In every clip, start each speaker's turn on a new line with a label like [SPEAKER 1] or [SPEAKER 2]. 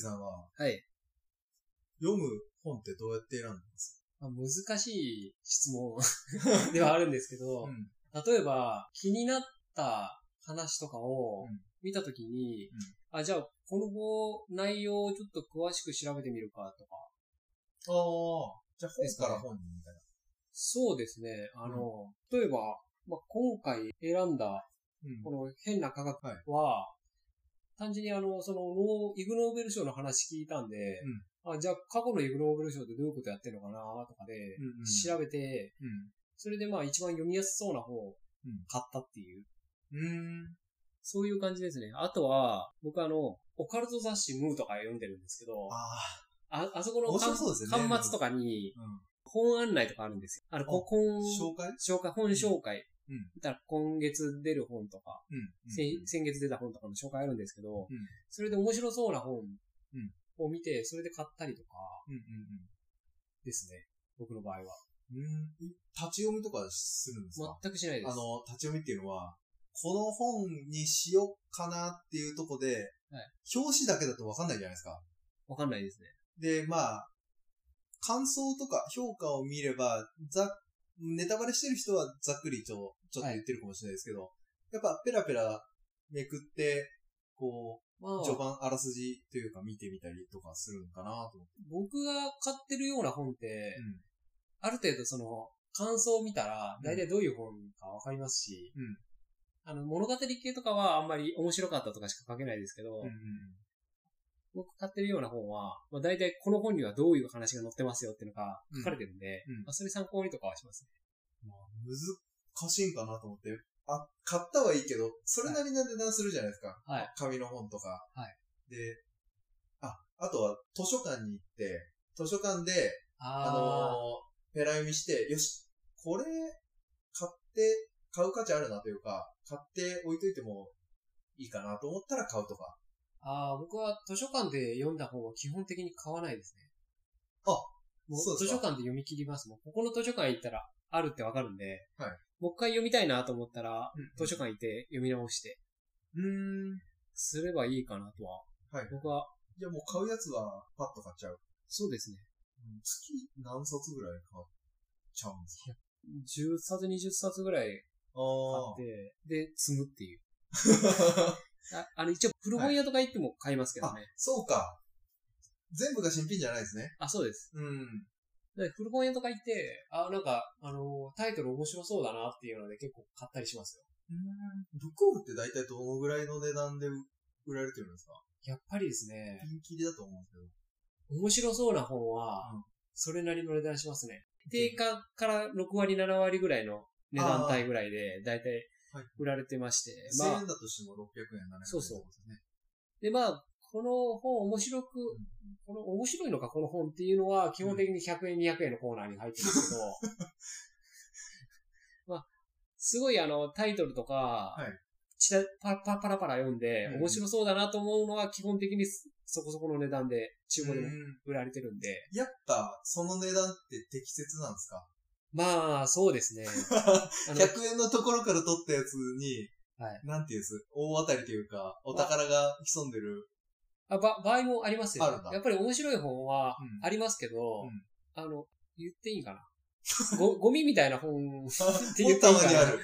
[SPEAKER 1] さんは、
[SPEAKER 2] はい。
[SPEAKER 1] 読む本ってどうやって選んでます
[SPEAKER 2] まあ、難しい質 問ではあるんですけど、
[SPEAKER 1] ん。
[SPEAKER 2] 例えば気になった話とかを
[SPEAKER 1] うん
[SPEAKER 2] 見たときに、
[SPEAKER 1] うん
[SPEAKER 2] あ、じゃあこの後内容をちょっと詳しく調べてみるかとか、
[SPEAKER 1] ああ。じゃあ
[SPEAKER 2] です
[SPEAKER 1] 本
[SPEAKER 2] か
[SPEAKER 1] か
[SPEAKER 2] ね
[SPEAKER 1] ら本にみたいな。
[SPEAKER 2] そうですね、あの、例えば、まあ、今回選んだこの変な科学は、単純にあの、そのノー、イグノーベル賞の話聞いたんで、あじゃあ過去のイグノーベル賞ってどういうことやってるのかなとかで、
[SPEAKER 1] うんうん
[SPEAKER 2] 調べて、
[SPEAKER 1] う
[SPEAKER 2] それでまあ一番読みやすそうな本を
[SPEAKER 1] うん
[SPEAKER 2] 買ったっていう、
[SPEAKER 1] ん。うん。
[SPEAKER 2] そういう感じですね。あとは、僕あの、オカルト雑誌ムーとか読んでるんですけど、あ
[SPEAKER 1] あ
[SPEAKER 2] あそこの
[SPEAKER 1] 面白
[SPEAKER 2] 巻
[SPEAKER 1] そうですよね
[SPEAKER 2] 巻末とかに
[SPEAKER 1] うん、
[SPEAKER 2] 本案内とかあるんですよ。あの、こ本
[SPEAKER 1] あ。、紹介
[SPEAKER 2] 紹介、本紹介。
[SPEAKER 1] うんうん
[SPEAKER 2] だから今月出る本とか、
[SPEAKER 1] うん
[SPEAKER 2] せ先月出た本とかの紹介あるんですけど、
[SPEAKER 1] ん
[SPEAKER 2] それで面白そうな本
[SPEAKER 1] ん
[SPEAKER 2] を見て、それで買ったりとか
[SPEAKER 1] うん
[SPEAKER 2] ですね。僕の場合は。
[SPEAKER 1] うんうん。うん。立ち読みとかするんですか
[SPEAKER 2] 全くしないです。
[SPEAKER 1] あの、立ち読みっていうのは、この本にしようかなっていうとこで、
[SPEAKER 2] はい
[SPEAKER 1] 表紙だけだとわかんないじゃないですか。
[SPEAKER 2] わかんないですね。
[SPEAKER 1] で、まあ、感想とか評価を見れば、ざ、ネタバレしてる人はざっくりと、ちょっと言ってるかもしれないですけど、やっぱペラペラめくって、こ
[SPEAKER 2] まあ
[SPEAKER 1] う、、序盤あらすじというか見てみたりとかするのかなと思って。
[SPEAKER 2] 僕が買ってるような本って、ある程度その、感想を見たら、
[SPEAKER 1] うん
[SPEAKER 2] 大体どういう本かわかりますし、
[SPEAKER 1] うん
[SPEAKER 2] あの、物語系とかはあんまり面白かったとかしか書けないですけど、
[SPEAKER 1] うん。うん。
[SPEAKER 2] 僕買ってるような本は、まあ、大体この本にはどういう話が載ってますよっていうのが
[SPEAKER 1] うん
[SPEAKER 2] 書かれてるんで、
[SPEAKER 1] うん
[SPEAKER 2] まあ、それ参考にとかはしますね。
[SPEAKER 1] まあ、難しいんかなと思って。あ、買ったはいいけど、それなりな値段するじゃないですか。
[SPEAKER 2] はい
[SPEAKER 1] 紙の本とか。
[SPEAKER 2] は
[SPEAKER 1] で、あ、あとは図書館に行って、図書館で、あ
[SPEAKER 2] あ
[SPEAKER 1] のー、ペラ読みして、よし、これ、買って、買う価値あるなというか、買って置いといてもいいかなと思ったら買うとか。
[SPEAKER 2] ーあー、僕は図書館で読んだ本は基本的に買わないですね。
[SPEAKER 1] あ
[SPEAKER 2] も
[SPEAKER 1] そう
[SPEAKER 2] う
[SPEAKER 1] で
[SPEAKER 2] 図
[SPEAKER 1] す
[SPEAKER 2] 書
[SPEAKER 1] か
[SPEAKER 2] 館で読み切りますもん。ここの図書館行ったらあるってわかるんで、
[SPEAKER 1] はい
[SPEAKER 2] もう一回読みたいなと思ったら、図書
[SPEAKER 1] 館。
[SPEAKER 2] 館行って読み直して、
[SPEAKER 1] うーん。
[SPEAKER 2] すればいいかなとは。
[SPEAKER 1] はい
[SPEAKER 2] 僕は、
[SPEAKER 1] じゃあもう買うやつは、パッと買っちゃう。
[SPEAKER 2] そうですね。
[SPEAKER 1] うん月何冊ぐらい買っちゃうんですか
[SPEAKER 2] 10冊、20冊ぐらい買
[SPEAKER 1] あ
[SPEAKER 2] って、で、積むっていう。
[SPEAKER 1] あ。
[SPEAKER 2] ああの、一応、古本屋とか行っても買いますけどね。
[SPEAKER 1] あ、そうか。全部が新品じゃないですね。
[SPEAKER 2] あ、そうです。
[SPEAKER 1] うん。
[SPEAKER 2] で古本屋とか行って、あ、なんか、あのータイトル面白そうだなっていうので結構買ったりしますよ。
[SPEAKER 1] ブックオフって大体どのぐらいの値段で売られてるんですか
[SPEAKER 2] やっぱりですね、
[SPEAKER 1] ピンキリだと思うんですけど。
[SPEAKER 2] 面白そうな本は
[SPEAKER 1] うん、
[SPEAKER 2] それなりの値段しますね。定価から6割、7割ぐらいの値段帯ぐらいで、だいたい
[SPEAKER 1] はい
[SPEAKER 2] 売られてまして、ま
[SPEAKER 1] 1000
[SPEAKER 2] あ
[SPEAKER 1] 円、だとしても600円、700円。
[SPEAKER 2] そうそう
[SPEAKER 1] ですね。
[SPEAKER 2] で、まあ、この本面白く、この面白いのか、この本っていうのは、基本的に100円、200円のコーナーに入ってるんですけど、 まあ、すごいあの、タイトルとか、
[SPEAKER 1] はい
[SPEAKER 2] ちらパパパラパラ読んで、
[SPEAKER 1] うん
[SPEAKER 2] 面白そうだなと思うのは、基本的にそそこそこの値段で、中古でも
[SPEAKER 1] うん
[SPEAKER 2] 売られてるんで、
[SPEAKER 1] やっぱ、その値段って適切なんですか
[SPEAKER 2] まあ、そうです ね。あの
[SPEAKER 1] ?100 円のところから取ったやつに、
[SPEAKER 2] はい
[SPEAKER 1] なんていうんです大当たりというか、お宝が潜んでる。
[SPEAKER 2] あば場合もありますよ。
[SPEAKER 1] あるんだ
[SPEAKER 2] やっぱり面白い本は
[SPEAKER 1] うん
[SPEAKER 2] ありますけど、
[SPEAKER 1] うん
[SPEAKER 2] あの、言っていいんかな。 ごゴミみたいな本って言
[SPEAKER 1] も
[SPEAKER 2] っ
[SPEAKER 1] って
[SPEAKER 2] い
[SPEAKER 1] た
[SPEAKER 2] い
[SPEAKER 1] ま
[SPEAKER 2] か
[SPEAKER 1] にあ
[SPEAKER 2] な
[SPEAKER 1] る。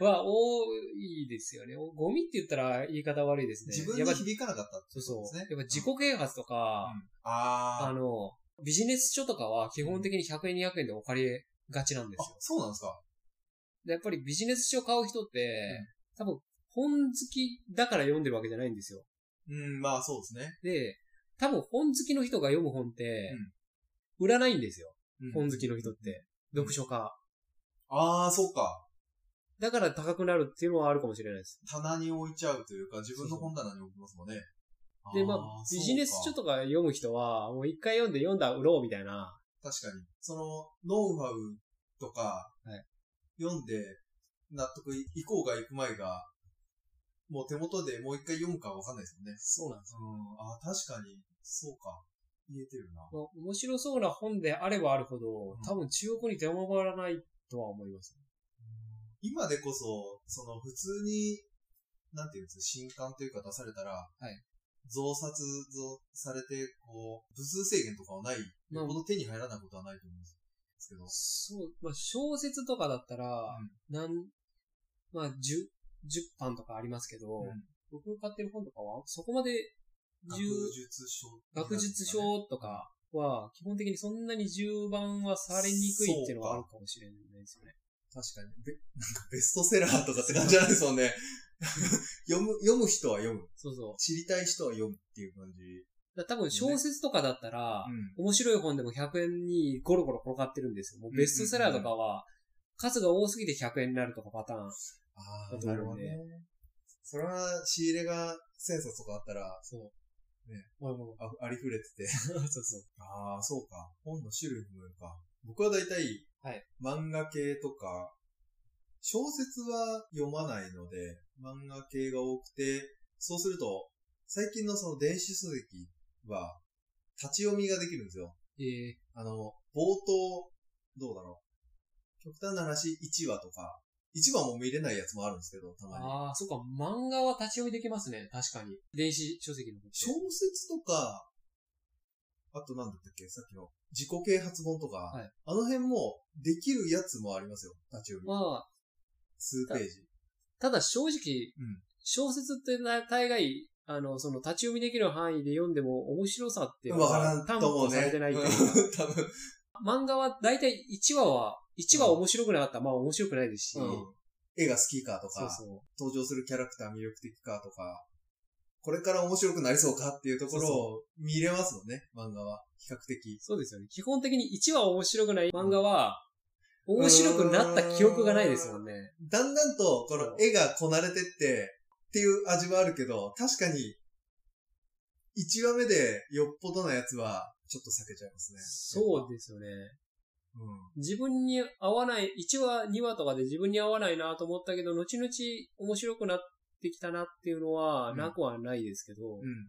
[SPEAKER 2] は多いですよね。おゴミって言ったら言い方悪いですね。
[SPEAKER 1] 自分
[SPEAKER 2] やっぱ
[SPEAKER 1] に響かなかったってこと
[SPEAKER 2] そう
[SPEAKER 1] で
[SPEAKER 2] そ
[SPEAKER 1] す
[SPEAKER 2] う。
[SPEAKER 1] ね
[SPEAKER 2] やっ。ぱ自己啓発とか、あ
[SPEAKER 1] あ
[SPEAKER 2] の、ビジネス書とかは基本的に100円200円でお借りがちなんで
[SPEAKER 1] あ。あ
[SPEAKER 2] すよ、。
[SPEAKER 1] そうなんですか
[SPEAKER 2] でやっぱりビジネス書買う人って、多分本好きだから読んでるわけじゃないんですよ。
[SPEAKER 1] うん、まあそうですね。
[SPEAKER 2] で、多分本好きの人が読む本って、売らないんですよ。
[SPEAKER 1] うん
[SPEAKER 2] 本好きの人って。読書家。
[SPEAKER 1] ああ、そうか。
[SPEAKER 2] だから高くなるっていうのはあるかもしれないです。
[SPEAKER 1] 棚に置いちゃうというか、自分の本棚に置きますもんね。
[SPEAKER 2] で、まあ
[SPEAKER 1] ー、
[SPEAKER 2] ビジネス書
[SPEAKER 1] そう
[SPEAKER 2] とか読む人は、もう一回読んで読んだら売ろうみたいな。
[SPEAKER 1] か確かに。その、ノウハウとか、
[SPEAKER 2] はい
[SPEAKER 1] 読んで、納得いこうがいく前が、もう手元でもう一回読むかわかんないですもんね。
[SPEAKER 2] そうなんです。
[SPEAKER 1] うん、ああ、確かに、そうか。言えてるな。
[SPEAKER 2] まあ、面白そうな本であればあるほど
[SPEAKER 1] ん、
[SPEAKER 2] 多分中古に出回らないとは思います。
[SPEAKER 1] 今でこそ、その普通に、なんていうんですか、新刊というか出されたら、
[SPEAKER 2] はい
[SPEAKER 1] 増刷増されて、こう、部数制限とかはない、
[SPEAKER 2] うん
[SPEAKER 1] この手に入らないことはないと思うんですけど。
[SPEAKER 2] そう、まあ、小説とかだったら、なん、まあ、10、10版とかありますけど、
[SPEAKER 1] うん
[SPEAKER 2] 僕が買ってる本とかは、そこまで10、
[SPEAKER 1] 学術書。
[SPEAKER 2] 学術書とかは、基本的にそんなに10番はされにくいっていうのはあるかもしれないですよね。
[SPEAKER 1] 確かに。べなんかベストセラーとかって感じじゃないですもんね。 読む、読む人は読む。
[SPEAKER 2] そうそう
[SPEAKER 1] 知りたい人は読むっていう感じ。
[SPEAKER 2] だから多分小説とかだったら、
[SPEAKER 1] うん。
[SPEAKER 2] 面白い本でも100円にゴロゴロ転がってるんですよ。もうベストセラーとかは、数が多すぎて100円になるとかパターン。
[SPEAKER 1] あ
[SPEAKER 2] だ
[SPEAKER 1] あ、
[SPEAKER 2] と思う
[SPEAKER 1] な
[SPEAKER 2] んで
[SPEAKER 1] るほどね。それは仕入れが1000冊とかあったら、
[SPEAKER 2] そう。
[SPEAKER 1] ね。
[SPEAKER 2] まあまあま
[SPEAKER 1] あありふれてて。
[SPEAKER 2] あ そうそう。
[SPEAKER 1] ああ、そうか。本の種類にもよるか。僕は大体、
[SPEAKER 2] はい
[SPEAKER 1] 漫画系とか、小説は読まないので、漫画系が多くて、そうすると、最近のその電子書籍は、立ち読みができるんですよ。
[SPEAKER 2] ええ
[SPEAKER 1] あの、冒頭、どうだろう。極端な話、1話とか、1話も見れないやつもあるんですけど、たまに。
[SPEAKER 2] ああ、そっか、漫画は立ち読みできますね。確かに。電子書籍のこと。
[SPEAKER 1] 小説とか、あとなんだったっけさっきの自己啓発本とか、
[SPEAKER 2] はい
[SPEAKER 1] あの辺もできるやつもありますよ。立ち読み。
[SPEAKER 2] まあ、
[SPEAKER 1] 数ページ。
[SPEAKER 2] ただ正直、
[SPEAKER 1] うん
[SPEAKER 2] 小説ってな大概、あの、その立ち読みできる範囲で読んでも面白さっていうの
[SPEAKER 1] わから
[SPEAKER 2] は
[SPEAKER 1] ん
[SPEAKER 2] 担
[SPEAKER 1] と思
[SPEAKER 2] 保
[SPEAKER 1] う
[SPEAKER 2] され
[SPEAKER 1] ね。
[SPEAKER 2] てな いっていうか
[SPEAKER 1] うん多分。
[SPEAKER 2] 漫画は大体1話は、1話面白くなかったら、まあ面白くないですし、
[SPEAKER 1] うん絵が好きかとか
[SPEAKER 2] そうそう。
[SPEAKER 1] 登場するキャラクター魅力的かとか、これから面白くなりそうかっていうところを見れますもんね、漫画は。比較的。
[SPEAKER 2] そうですよね。基本的に1話面白くない漫画は、面白くなった記憶がないですもんね。
[SPEAKER 1] だんだんと、この絵がこなれてって、っていう味はあるけど、確かに、1話目でよっぽどなやつは、ちょっと避けちゃいますね。
[SPEAKER 2] そうですよね。
[SPEAKER 1] う。うん。
[SPEAKER 2] 自分に合わない、1話、2話とかで自分に合わないなと思ったけど、後々面白くなってきたなっていうのは、
[SPEAKER 1] うん
[SPEAKER 2] なくはないですけど、
[SPEAKER 1] うん。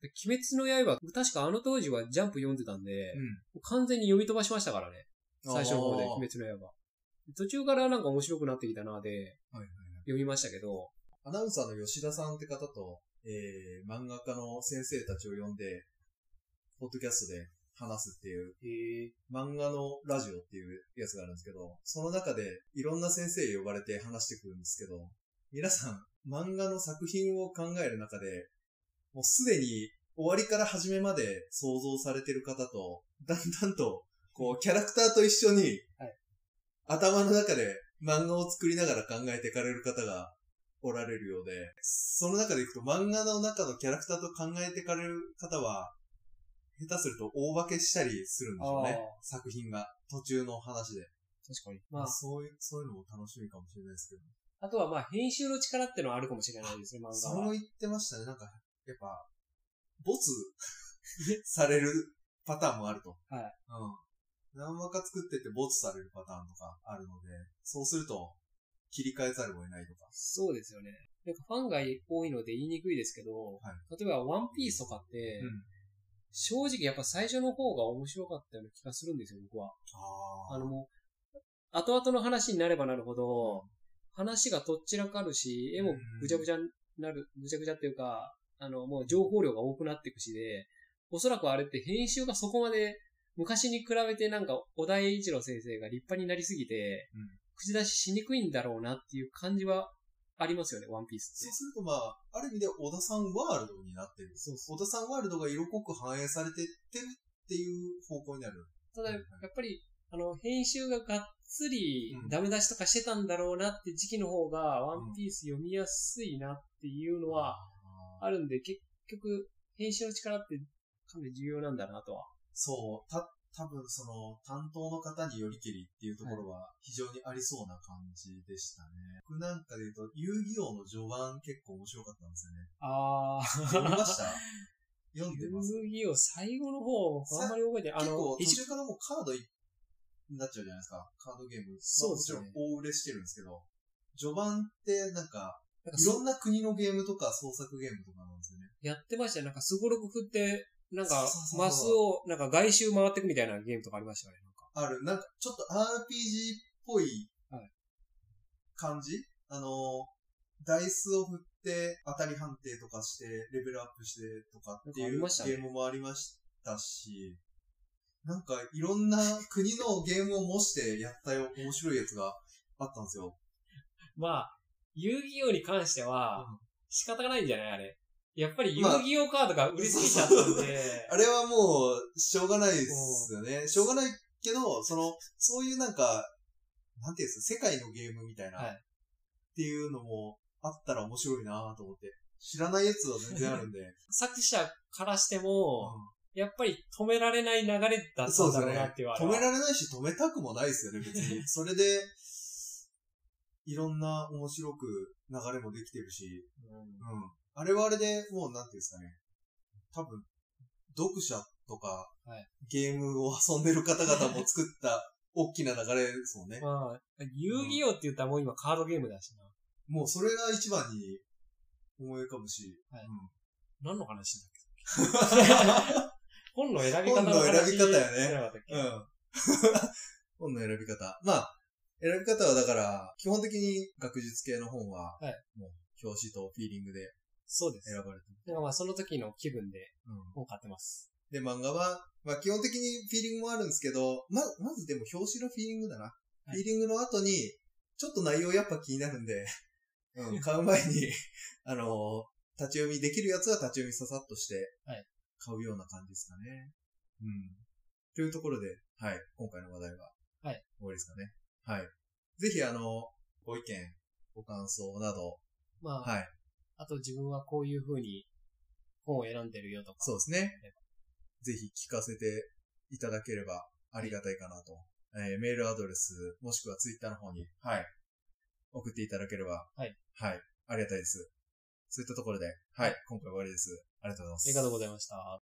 [SPEAKER 2] で鬼滅の刃、確かあの当時はジャンプ読んでたんで、完全に読み飛ばしましたからね。
[SPEAKER 1] うん。
[SPEAKER 2] 最初の方で、
[SPEAKER 1] あー
[SPEAKER 2] 鬼滅の刃。途中からなんか面白くなってきたなで、
[SPEAKER 1] はいはいはい
[SPEAKER 2] 読みましたけど、
[SPEAKER 1] アナウンサーの吉田さんって方と、えー、漫画家の先生たちを呼んで、ポッドキャストで話すっていう漫画のラジオっていうやつがあるんですけど、その中でいろんな先生呼ばれて話してくるんですけど、皆さん漫画の作品を考える中で、もうすでに終わりから始めまで想像されてる方と、だんだんと、こう、キャラクターと一緒に
[SPEAKER 2] はい、
[SPEAKER 1] 頭の中で漫画を作りながら考えていかれる方がおられるようで、その中でいくと漫画の中のキャラクターと考えていかれる方は、下手すると大化けしたりするんでしょうね
[SPEAKER 2] あー。
[SPEAKER 1] 作品が。途中の話で。
[SPEAKER 2] 確かに。
[SPEAKER 1] ま
[SPEAKER 2] ま
[SPEAKER 1] あ、
[SPEAKER 2] あ、
[SPEAKER 1] そういう、そういうのも楽しみかもしれないですけど。
[SPEAKER 2] あとはまあ、編集の力ってのはあるかもしれないですね、漫画
[SPEAKER 1] そう
[SPEAKER 2] は。
[SPEAKER 1] 言ってましたね。なんか、やっぱ、ボツ されるパターンもあると。
[SPEAKER 2] はい
[SPEAKER 1] うん。何話か作っててボツされるパターンとかあるので、そうすると、切り替えざるを得ないとか。
[SPEAKER 2] そうですよね。なんかファンが多いので言いにくいですけど、
[SPEAKER 1] は
[SPEAKER 2] 例えばワンピースとかって、
[SPEAKER 1] うん
[SPEAKER 2] 正直やっぱ最初の方が面白かったような気がするんですよ、僕は。
[SPEAKER 1] あ
[SPEAKER 2] あ
[SPEAKER 1] あ
[SPEAKER 2] のもう、後々の話になればなるほど、話がとっちらかるし、絵もぐちゃぐちゃになる、ぐちゃぐちゃっていうか、あの、もう情報量が多くなっていくしで、おそらくあれって編集がそこまで、昔に比べてなんか、小田栄一郎先生が立派になりすぎて、
[SPEAKER 1] うん
[SPEAKER 2] 口出ししにくいんだろうなっていう感じはありますよね、ワンピース
[SPEAKER 1] そう
[SPEAKER 2] って。
[SPEAKER 1] するとまあ、ある意味で小田さんワールドになってる。小田さんワールドが色濃く反映されてってるっていう方向になる。
[SPEAKER 2] ただ、やっぱり、あの、編集ががっつり
[SPEAKER 1] うん
[SPEAKER 2] ダメ出しとかしてたんだろうなって時期の方が、ワンピース読みやすいなっていうのは、
[SPEAKER 1] あー
[SPEAKER 2] あるんで、結局、編集の力ってかなり重要なんだなとは。
[SPEAKER 1] そう、た、多分その担当の方によりきりっていうところは非常にありそうな感じでしたね。僕なんかで言うと、遊戯王の序盤結構面白かったんですよ ね。
[SPEAKER 2] ああ。
[SPEAKER 1] 読みました読んで
[SPEAKER 2] 遊
[SPEAKER 1] ます。
[SPEAKER 2] 戯王最後の方、あんまり覚えてない。あ
[SPEAKER 1] 結構
[SPEAKER 2] の、
[SPEAKER 1] 途
[SPEAKER 2] 一
[SPEAKER 1] 中からもうカードいになっちゃうじゃないですか。カードゲーム。
[SPEAKER 2] そうですね
[SPEAKER 1] まあもちろん大売れしてるんですけど、序盤ってなんか、
[SPEAKER 2] なんか
[SPEAKER 1] い
[SPEAKER 2] そ
[SPEAKER 1] ろんな国のゲームとか創作ゲームとかなんですよね。
[SPEAKER 2] やってましたよ。なんか、すごろく振って、なん
[SPEAKER 1] そ
[SPEAKER 2] か
[SPEAKER 1] うそう、そう
[SPEAKER 2] マスを、なんか外周回ってくみたいなゲームとかありましたよね。なんか
[SPEAKER 1] ある、なんかちょっと RPG っぽい
[SPEAKER 2] はい
[SPEAKER 1] 感じ、あの、ダイスを振っって当たり判定とかして、レベルアップしてとかってい
[SPEAKER 2] なんかあり
[SPEAKER 1] う
[SPEAKER 2] ましたね
[SPEAKER 1] ゲームもありましたし、なんかいろんな国のゲームを模してやったよ、面白いやつがあったんですよ。
[SPEAKER 2] まあ、遊戯王に関しては
[SPEAKER 1] うん、
[SPEAKER 2] 仕方がないんじゃないあれ。やっぱり遊
[SPEAKER 1] まあ
[SPEAKER 2] 戯王カードが売れすぎちゃったんで、
[SPEAKER 1] あれはもう、しょうがないですよね。しょうがないけど、その、そういうなんか、なんていうんですか、世界のゲームみたいな、
[SPEAKER 2] はい
[SPEAKER 1] っていうのもあったら面白いなと思って。知らないやつは全然あるんで。
[SPEAKER 2] 作者からして
[SPEAKER 1] うん
[SPEAKER 2] も、やっぱり止められない流れだった
[SPEAKER 1] そうんで
[SPEAKER 2] だ
[SPEAKER 1] すよ
[SPEAKER 2] ろうな
[SPEAKER 1] ね
[SPEAKER 2] っていう。あ
[SPEAKER 1] 止め
[SPEAKER 2] れ
[SPEAKER 1] ら
[SPEAKER 2] は
[SPEAKER 1] れないし、止めたくもないですよね、別に。それで、いろんな面白く流れもできてるし、
[SPEAKER 2] うん
[SPEAKER 1] うん。あれはあれでもう、なんていうんですかね。多分、読者とか、
[SPEAKER 2] はい
[SPEAKER 1] ゲームを遊んでる方々も作った 大きな流れですもんね。
[SPEAKER 2] まあ、遊戯王って言ったらもう今カードゲームだし
[SPEAKER 1] もうそれが一番に思い浮かぶし、
[SPEAKER 2] は
[SPEAKER 1] う
[SPEAKER 2] い
[SPEAKER 1] ん
[SPEAKER 2] な。何の話だっ け本の選び方の話
[SPEAKER 1] 本の選び方やね
[SPEAKER 2] じゃなかったっけ
[SPEAKER 1] うん。 本の選び方。まあ、選び方はだから、基本的に学術系の本は、
[SPEAKER 2] はい
[SPEAKER 1] もう表紙とフィーリングで
[SPEAKER 2] そうです。
[SPEAKER 1] 選ばれてる。
[SPEAKER 2] なんかまあその時の気分で
[SPEAKER 1] うん
[SPEAKER 2] 本買ってます。
[SPEAKER 1] で、漫画は、まあ基本的にフィーリングもあるんですけど、ま、まずでも表紙のフィーリングだな。フ
[SPEAKER 2] い
[SPEAKER 1] ィーリングの後に、ちょっと内容やっぱ気になるんで、 うん、買う前に、あの立ち読みできるやつは立ち読みささっとして
[SPEAKER 2] はい、
[SPEAKER 1] 買うような感じですかね。うん。というところで、はい、今回の話題は、
[SPEAKER 2] はい
[SPEAKER 1] 終わりですかね。はい。ぜひ、あのご意見、ご感想など、
[SPEAKER 2] まあ、
[SPEAKER 1] はい、
[SPEAKER 2] あと自分はこういう風に本を選んでるよとか。
[SPEAKER 1] そうですね。ぜひ聞かせていただければありがたいかなと。えーメールアドレス、もしくはツイッターの方に、はい。送っていただければ、
[SPEAKER 2] はい。
[SPEAKER 1] はい。ありがたいです。そういったところで、はい。今回終わりです。ありがとうございます。
[SPEAKER 2] ありがとうございました。